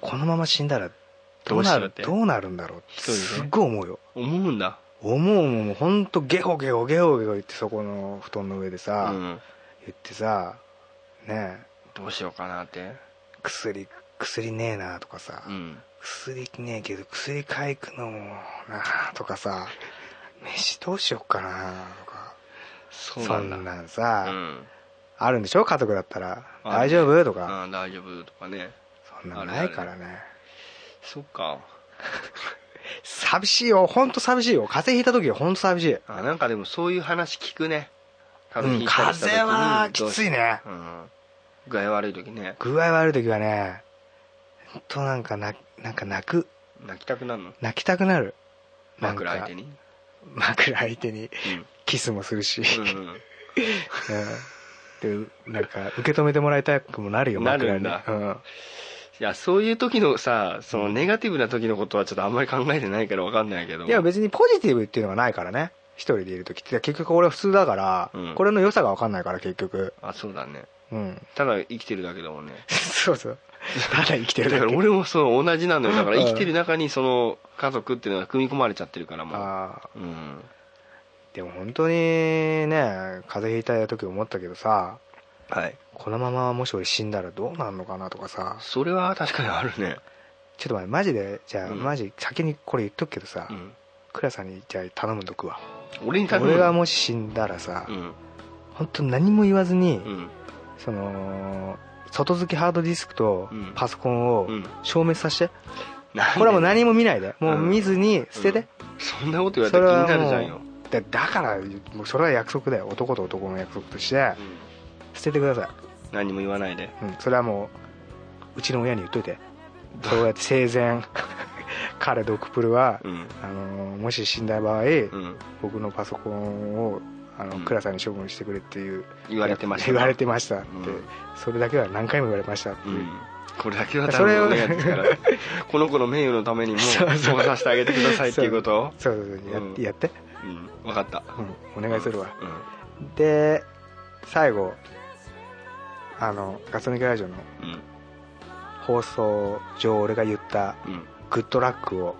S3: このまま死んだらどうなる
S4: どうしようって
S3: どうなるんだろうって
S4: 一人です
S3: っごい思うよ
S4: 思うんだ
S3: 思うもんもうほんとゲホゲホゲホゲホ言ってそこの布団の上で
S4: う
S3: さ、
S4: ん
S3: 言ってさねえ
S4: どうしようかなって
S3: 薬薬ねえなとかさ、
S4: うん
S3: 薬ねえけど薬買いくのもなあとかさ飯どうしよっかなとか
S4: そ
S3: そ
S4: うんなんだ
S3: なん
S4: う
S3: さ、
S4: ん
S3: あるんでしょ家族だったら
S4: あ
S3: 大丈夫とか
S4: あー大丈夫とかね
S3: そんなのないからね
S4: そっか
S3: 寂しいよ本当寂しいよ風邪ひいた時は本当寂しい
S4: あなんかでもそういう話聞くね風
S3: うん、
S4: 邪ひいたり
S3: 風邪は
S4: した時に
S3: き
S4: どう
S3: つ
S4: し
S3: いね
S4: うん具合悪い時ね
S3: 具合悪い時はねほんとなんかななんか泣く
S4: 泣きたくなるの
S3: 泣きたくなるなんか
S4: 枕相手に
S3: 枕相手にキスもするし、
S4: うんうん
S3: うんでなんか受け止めてもらいたくもなるよ
S4: なるん
S3: 枕に
S4: だ
S3: うん、
S4: いやそういう時のさそのネガティブな時のことはちょっとあんまり考えてないから分かんないけど
S3: いや別にポジティブっていうのがないからね一人でいる時って結局俺は普通だから、
S4: うん
S3: これの良さが分かんないから結局
S4: あそうだね
S3: うん
S4: ただ生きてるだけだもんね
S3: そうそうただ生きて
S4: だ
S3: るだ
S4: か
S3: け
S4: ら俺もそう同じなのよだから
S3: うん
S4: 生きてる中にその家族っていうのが組み込まれちゃってるからも
S3: ああ
S4: う、うん、
S3: でも本当にね風邪ひいた時思ったけどさ
S4: はい
S3: このままもし俺死んだらどうなるのかなとかさ
S4: それは確かにあるね
S3: ちょっと待ってマジでじゃあ、
S4: うん
S3: マジ先にこれ言っとくけどさ、
S4: うん
S3: クラさんにじゃあ頼むんどくわ
S4: 俺に頼む
S3: 俺がもし死んだらさ、
S4: うん
S3: 本当何も言わずに、
S4: うん
S3: その外付きハードディスクと
S4: うん
S3: パソコンを
S4: うん
S3: 消滅させて、
S4: なんで
S3: これはもう何も見ないでもう見ずに捨てて、
S4: そんなこと言われたら気になるじゃんよ、
S3: だだからもうそれは約束だよ男と男の約束として
S4: うん
S3: 捨ててくださ
S4: 何も言わないで
S3: い、うん、それはもううちの親に言っといてそうやって生 前彼ドクプルは、
S4: うん
S3: あのもし死んだ場合、
S4: うん
S3: 僕のパソコンをあの、
S4: うん
S3: クラさんに処分してくれっていう
S4: 言われてました
S3: 言われてましたって、
S4: うん
S3: それだけは何回も言われましたって
S4: う
S3: いう、
S4: んこれだけは頼むお願いです からこの子の名誉のためにも
S3: そうそう
S4: そうさせてあげてくださいっていうことを
S3: そうそうそうや,、
S4: うん
S3: やって、
S4: うん分かった
S3: うん、お願いするわ、
S4: うん
S3: で最後あのガソリンラジオの
S4: うん
S3: 放送上俺が言った
S4: うん
S3: グッドラックを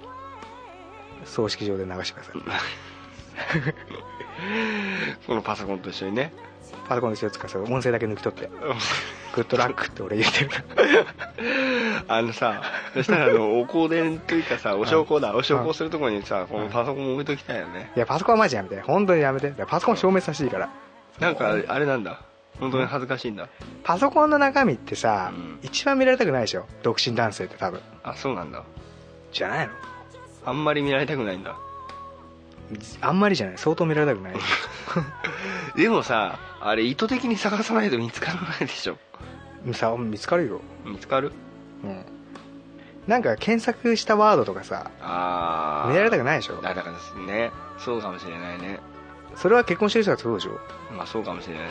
S3: 葬式場で流してください、
S4: このパソコンと一緒にね
S3: パソコンの一つからさ音声だけ抜き取ってグッドラックって俺言ってる
S4: あのさそしたらあ のお香典というかさお焼香だお焼香するとこにさこのパソコン置いときたいよね
S3: いやパソコンはマジやめて本当にやめてパソコン消滅させていいから
S4: なんかあれあれなんだ本当に恥ずかしいんだ
S3: パソコンの中身ってさ、
S4: うん
S3: 一番見られたくないでしょ独身男性って多分
S4: あそうなんだ
S3: じゃないの
S4: あんまり見られたくないんだ
S3: あんまりじゃない相当見られたくない
S4: でもさあれ意図的に探さないと見つからないでしょ
S3: さ見つかるよ
S4: 見つかる
S3: うんなんか検索したワードとかさ
S4: ああ
S3: 見られたくないでしょ
S4: あだからですねそうかもしれないね
S3: それは結婚してる人がそうでしょ
S4: まあそうかもしれないね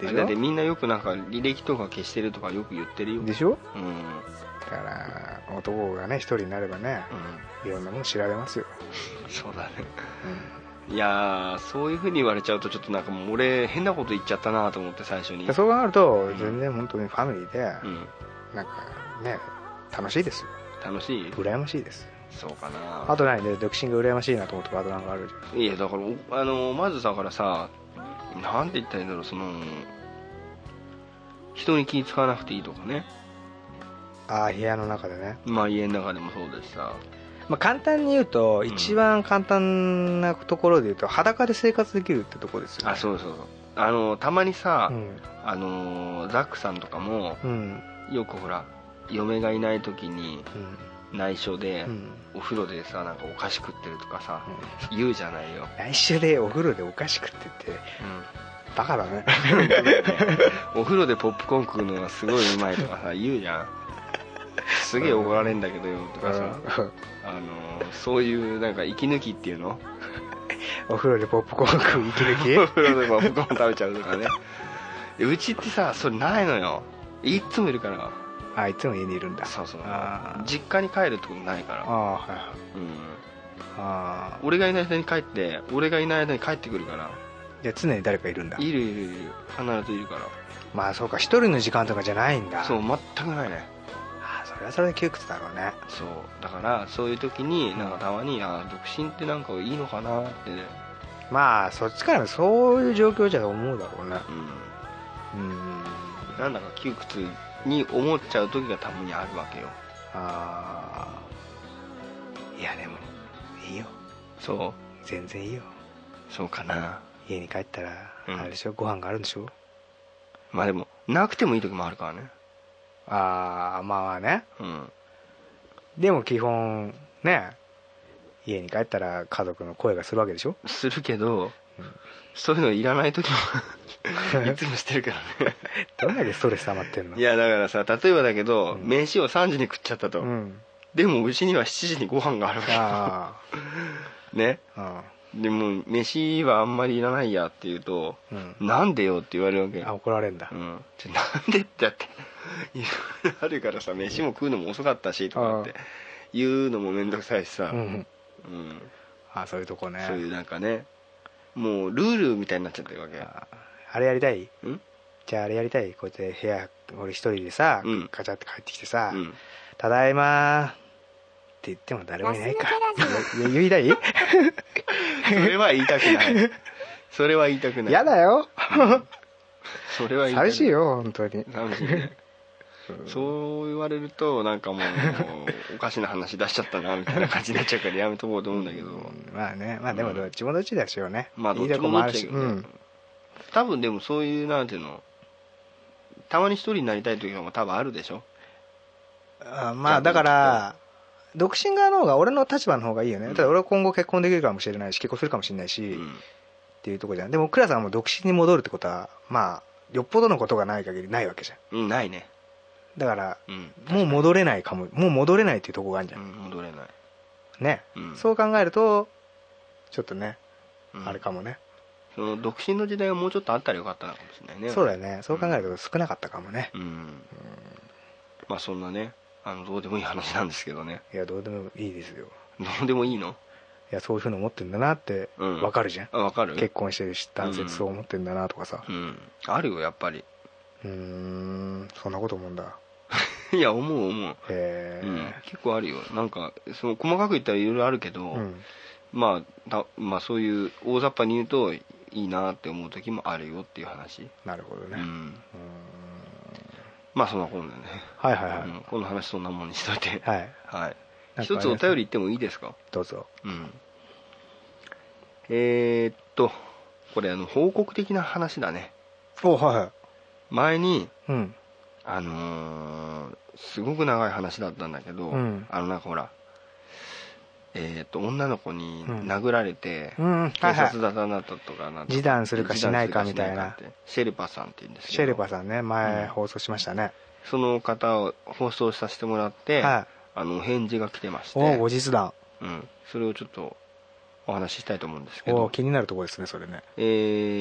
S3: で
S4: だって
S3: し
S4: みんなよくなんか履歴とか消してるとかよく言ってるよ
S3: ょ
S4: うん
S3: でしょ
S4: うん
S3: だから男がね一人になればねいろんなもの知られますよ、
S4: そうだね
S3: う
S4: いやーそういうふうに言われちゃうとちょっとなんかもう俺変なこと言っちゃったなと思って最初に
S3: ん、そう考えると全然本当にファミリーで
S4: うん
S3: なんかね楽しいですよ
S4: 楽しい
S3: 羨ましいです
S4: そうかな
S3: あと何で独身が羨ましいなと思ったワードなんかある
S4: いやだからおあのまずだからさなんて言ったらいいんだろうその人に気使わなくていいとかね
S3: ああ部屋の中でね、
S4: まあ家の中でもそうだしさ
S3: まあ、簡単に言うと
S4: ん
S3: 一番簡単なところで言うと裸で生活できるってとこですよ、ね、
S4: あそうそうそうあのたまにさ、
S3: うん
S4: あのザックさんとかも
S3: うん
S4: よくほら嫁がいない時に
S3: うん
S4: 内緒で、
S3: うん
S4: お風呂でさなんかお菓子食ってるとかさ、言うじゃないよ、
S3: 来週でお風呂でお菓子食っててバカだ ね
S4: お風呂でポップコーン食うのがすごいうまいとかさ言うじゃんすげえ怒られんだけどよとかさ、あのーそういうなんか息抜きっていうの
S3: お風呂でポップコーン食う息抜
S4: お
S3: き
S4: 風呂でポップコーン食べちゃうとかねうちってさそれないのよいっつもいるから
S3: あいつも家にいるんだ
S4: そうそう
S3: あー
S4: 実家に帰るってことないから、
S3: あーはいはい
S4: うん、
S3: ああ
S4: 俺がいない間に帰って俺がいない間に帰ってくるから
S3: じゃあ常に誰かいるんだ
S4: いるいるいる必ずいるから
S3: まあそうか一人の時間とかじゃないんだ
S4: そう全くないね
S3: ああそれはそれで窮屈だろうね
S4: そうだからそういう時になんかたまにあー独身ってなんかいいのかなってね
S3: まあそっちからもそういう状況じゃ思うだろうね
S4: うん
S3: うん
S4: なんだか窮屈に思っちゃう時がたまにあるわけよ
S3: ああいやでもいいよ
S4: そう
S3: 全然いいよ
S4: そうかな
S3: 家に帰ったら
S4: うん
S3: あれでしょ、ご飯があるんでしょ
S4: まあでもなくてもいい時もあるからね
S3: ああまあね
S4: うん
S3: でも基本ね家に帰ったら家族の声がするわけでしょ
S4: するけどそういうのいらない時もいつもしてるからね
S3: どんだけストレス溜まってんの
S4: いやだからさ例えばだけど、
S3: うん
S4: 飯を3時に食っちゃったと、
S3: うん
S4: でもうちには7時にご飯があるわけよ
S3: あ
S4: ね
S3: あ
S4: でも飯はあんまりいらないやって言うと
S3: うん、うん
S4: なんでよって言われるわけ
S3: あ怒られるんだ
S4: うん、じゃあなんでってだっていろいろあるからさ飯も食うのも遅かったしとかって言うのも面倒くさいしさ、
S3: うんうん
S4: うん
S3: あそういうとこね
S4: そういうなんかねもうルールみたいになっちゃってるわけ
S3: ああれやりたい
S4: うん
S3: じゃああれやりたいこうやって部屋俺一人でさ、
S4: うん
S3: ガチャって帰ってきてさ「
S4: うん
S3: ただいまー」って言っても誰もいないかいや 言いたい
S4: それは言いたく ないそれは言いたくない
S3: 嫌だよ
S4: それは言いたくない
S3: 寂しいよ本当に
S4: 寂しいねそう言われるとなんかもうおかしな話出しちゃったなみたいな感じになっちゃうからやめとこうと思うんだけど
S3: まあねまあで
S4: う
S3: も
S4: ん
S3: どっちもどっちだしよね、
S4: まあど
S3: い
S4: っ
S3: い
S4: ち
S3: とこ
S4: も
S3: も
S4: な
S3: あ
S4: っ
S3: る
S4: ち
S3: し、
S4: ゃう
S3: う
S4: けどね
S3: ん
S4: 多分でもそういうなんていうのたまに一人になりたい時も多分あるでしょ
S3: あまあだから独身側の方が俺の立場の方がいいよね、
S4: うん
S3: ただ俺は今後結婚できるかもしれないし結婚するかもしれないし、
S4: う
S3: っ
S4: ん
S3: ていうとこじゃんでも倉さんも独身に戻るってことはまあよっぽどのことがない限りないわけじゃん
S4: うんないね
S3: だから
S4: うん
S3: もう戻れないかももう戻れないっていうとこがあるじゃ、
S4: うんん戻れない
S3: ね、
S4: うん
S3: そう考えるとちょっとね、
S4: うん
S3: あれかもね
S4: その独身の時代がもうちょっとあったらよかったのかもしれないね
S3: そうだよねそう考えると少なかったかもね、
S4: うんまあそんなねあのどうでもいい話なんですけどね
S3: いやどうでもいいですよ
S4: どうでもいいの
S3: いやそういうふうに思ってんだなって
S4: うん
S3: わかるじゃん、
S4: あわかる
S3: 結婚してるし男性そう思ってんだなとかさ
S4: うんあるよやっぱり
S3: うーんそんなこと思うんだ
S4: いや思う思う
S3: へえ
S4: うん結構あるよなんかその細かく言ったらいろいろあるけど、
S3: うん
S4: まあたまあそういう大雑把に言うといいなって思う時もあるよっていう話、
S3: なるほど
S4: う
S3: ね、
S4: んまあそんなことだね、
S3: はいはいはい、
S4: うんこの話そんなもんにしといて
S3: はい
S4: はい
S3: なんか
S4: 一つお便り言ってもいいですか
S3: どうぞ
S4: うんえーっとこれあの報告的な話だね
S3: おはいはい
S4: 前に
S3: うん
S4: あのーすごく長い話だったんだけど、
S3: うん
S4: あのなんかほらえーっと女の子に
S3: うん
S4: 殴られて、
S3: うんは
S4: 警
S3: いはい
S4: 察だだなったとかなんとか
S3: 示談するかしないかみたいな
S4: 示談するかしってシェルパさんって言うんですけど
S3: シェルパさんね前
S4: うん
S3: 放送しましたね、
S4: その方を放送させてもらって、
S3: はい
S4: あのお返事が来てまして、
S3: おお後日談
S4: うん、それをちょっとお話ししたいと思うんですけ
S3: お
S4: ど、
S3: 気になるところですねそれね
S4: え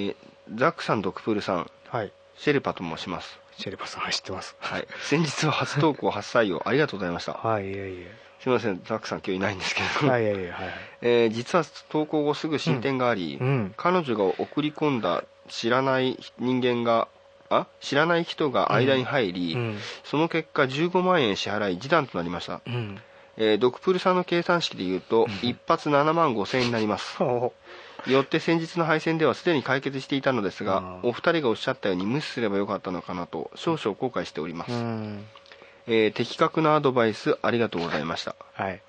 S4: ーザックさんドクプールさん
S3: はい
S4: シェルパと申します、
S3: シェルパさんはい知ってます
S4: はい、先日は初投稿初採用ありがとうございました
S3: はいいえい
S4: すみませんザックさん今日いないんですけ
S3: え
S4: ど、
S3: はいいえいえはいはい
S4: えー実は投稿後すぐ進展があり、
S3: うん
S4: 彼女が送り込んだ知らない人間があ知らない人が間に入り、
S3: うん
S4: その結果15万円支払い示談となりました、
S3: うん
S4: えードクプルさんの計算式で言うと一発7万5千円になります
S3: お
S4: よって先日の敗戦ではすでに解決していたのですが
S3: うん
S4: お二人がおっしゃったように無視すればよかったのかなと少々後悔しております、
S3: うん
S4: えー的確なアドバイスありがとうございました
S3: はい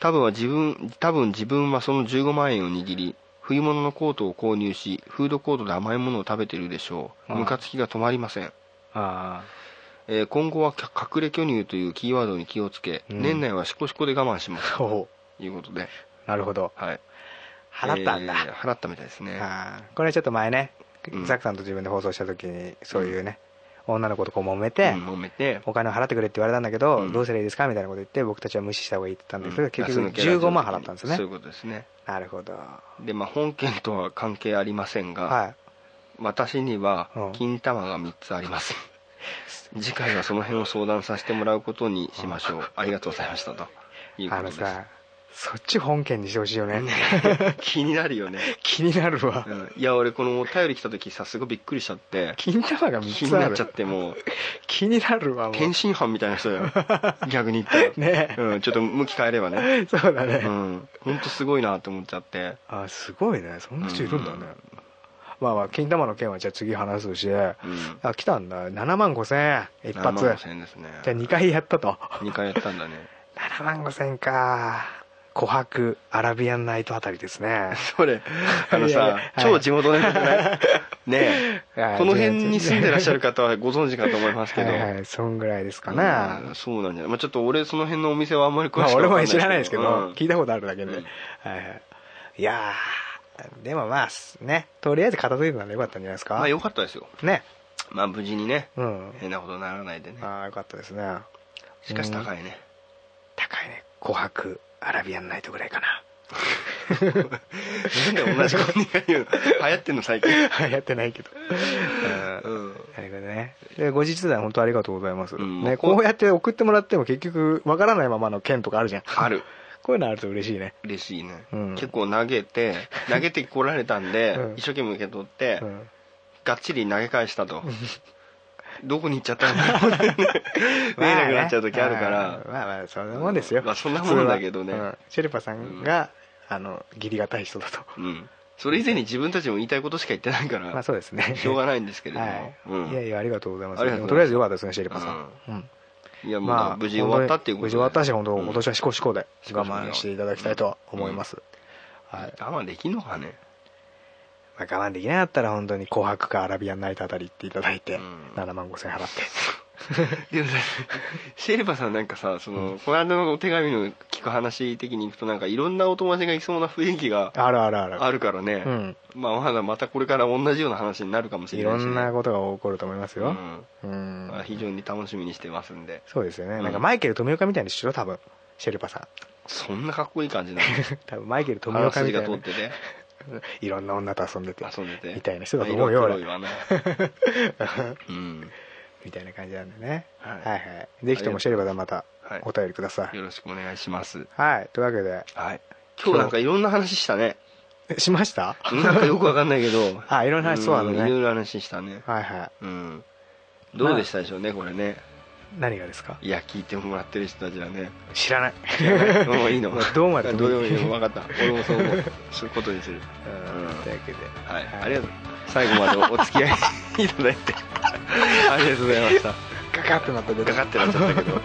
S4: 多分は自分多分自分はその15万円を握り冬物のコートを購入しフードコートで甘いものを食べているでしょう
S3: うん
S4: ムカつきが止まりません、
S3: あ
S4: えー今後はか隠れ巨乳というキーワードに気をつけ、
S3: うん
S4: 年内はシコシコで我慢します
S3: あお
S4: ということで、
S3: なるほど
S4: はい、
S3: 払ったんだ、
S4: えー払ったみたいですね
S3: あーこれはちょっと前ね、
S4: うん
S3: ザックさんと自分で放送した時にそういうね、女の子とこう揉めて、
S4: うん、揉めて
S3: お金を払ってくれって言われたんだけど、
S4: うん
S3: どうすればいいですかみたいなこと言って僕たちは無視した方がいいって言ったんですけど、
S4: うん
S3: 結
S4: ガス
S3: 局
S4: 抜けラジオ
S3: 15万払ったんですね
S4: そういうことですね
S3: なるほど
S4: でまあ本件とは関係ありませんが、
S3: はい
S4: 私には
S3: うん
S4: 金玉が3つあります、 次回はその辺を相談させてもらうことにしましょうありがとうございましたというこ
S3: あ
S4: と
S3: の
S4: です
S3: さそっち本件にしてほしいよ ね
S4: 気になるよね、
S3: 気になるわ、
S4: うんいや俺このお便り来た時さすごいびっくりしちゃって
S3: 金玉が
S4: 気
S3: 3
S4: に
S3: つあ
S4: なっ
S3: る
S4: ちゃっ てもう
S3: 気になるわも
S4: 天
S3: う
S4: 津飯みたいな人だ よ逆に言ったら
S3: ね
S4: うん、ちょっと向き変えればね
S3: そうだ ね、
S4: うん本当すごいなと思っちゃって
S3: あすごいねそんな人いるんだね、
S4: うん
S3: まあまあ金玉の件はじゃあ次話すし、
S4: うん
S3: あ来たんだ7万5千円一
S4: 7万
S3: 発
S4: 5000円ですね
S3: じゃあ2回やったと
S4: 2回やったんだね
S3: 7万5千か琥珀アラビアンナイトあたりですね
S4: それあの
S3: いやいや
S4: さ
S3: はい
S4: 超地元の人じゃ ないね
S3: いや
S4: えこの辺に住んでらっしゃる方はご存知かと思いま す
S3: は
S4: けど
S3: いはいそんぐらいですかね、
S4: うんそうなんじゃないまあちょっと俺その辺のお店はあんまり詳
S3: ま
S4: し
S3: あ
S4: く
S3: 俺
S4: わかん
S3: も知らないですけど、
S4: うん
S3: 聞いたことあるだけで、
S4: うん
S3: はいはいいやーでもまあねとりあえず片付いたのでよかったんじゃないですか
S4: まあ良かったですよ
S3: ね
S4: まあ無事にね
S3: うん
S4: 変なことにならないでね
S3: ああよかったですね
S4: しかし高いね
S3: 高いね琥珀アラビアンナイトぐらいかな
S4: なんで同じこと言うの流行ってんの最近
S3: やってないけど、うん
S4: うん
S3: なるほどねで後日談本当ありがとうございます、
S4: うん
S3: ね、
S4: こう
S3: こうやって送ってもらっても結局わからないままの件とかあるじゃん
S4: ある
S3: こういうのあると嬉しいね
S4: 嬉しいね、
S3: うん
S4: 結構投げて投げてこられたんで、
S3: うん
S4: 一生懸命受け取って、
S3: うん
S4: がっちり投げ返したとどこに行っちゃったん だろうね 見えなくなっちゃう時あるか
S3: まあね
S4: ら
S3: まあまあそんなもんですよ、
S4: まあそんなもんだけどね
S3: それはうんシェルパさんが、あの義理がたい人だと
S4: うんそれ以前に自分たちも言いたいことしか言ってないから、
S3: まあそうですね
S4: しょうが
S3: い
S4: ないんですけれども、
S3: はい
S4: うん
S3: いやいやありがとうございます
S4: ありがとうござい
S3: でもとり
S4: ます
S3: あえずよかったですねシェルパさん、うん
S4: いやまあ無事終わったっていうこと
S3: 無
S4: で
S3: 事終わったし本当
S4: うん
S3: 今年はしこしこで
S4: しこ
S3: 我
S4: しこで
S3: 慢していただきたいとは思います、はい
S4: 我慢できんのか ね
S3: まあ、我慢できなかったら本当に「紅白」か「アラビアンナイト」あたり行っていただいて、
S4: うん
S3: 7万5000円払って
S4: でもさシェルパさんなんかさその、この間のお手紙の聞く話的にいくとなんかいろんなお友達がいそうな雰囲気が
S3: あるあるある
S4: あるからね、
S3: うん
S4: まあまだまたこれから同じような話になるかもし
S3: い
S4: れな
S3: ろ
S4: いし、ね、
S3: んなことが起こると思いますようん、
S4: うんまあ、非常に楽しみにしてますんで
S3: そうですよね、
S4: うん
S3: なんかマイケル富岡みたいにしろ多分シェルパさん
S4: そんなかっこいい感じなの
S3: 多分マイケル富
S4: 鼻
S3: 岡み
S4: 筋
S3: た
S4: が
S3: いな
S4: 通ってて
S3: いろんな女と遊んでて
S4: 遊んでて
S3: みたいな人だと思うよ
S4: 色黒
S3: 俺
S4: いわなうん
S3: みたいな感じなんでね
S4: は
S3: はいいはいぜひともシェルパさんまた
S4: はい
S3: お便りください
S4: よろしくお願いします
S3: はいというわけで
S4: はい今日なんかいろんな話したね
S3: えしました
S4: なんかよくわかんないけど
S3: あいろんな話そうだね
S4: んいろいろ話したね
S3: はいはい
S4: うんどうでしたでしょうねこれね
S3: 何がですか
S4: いや聞いてもらってる人たちは ね
S3: 知らない
S4: もういいの
S3: まあどうまでで
S4: どう
S3: も
S4: で
S3: い
S4: もいい
S3: い
S4: の分かった俺もそう思うそういうことにする
S3: うんというわけで
S4: はい、
S3: はい
S4: ありがとう最後までお付き合いいただい てありがとうございました
S3: ガカってなったで
S4: かかってなっちゃったけど、うんまあ、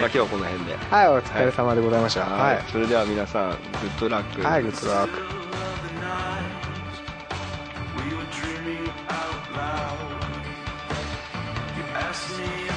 S4: 今日はこの辺で
S3: はいお疲れ様でございましたはい
S4: はい、それでは皆さんグッドラック
S3: はいグッドラック
S5: We were dreaming out loud. You asked me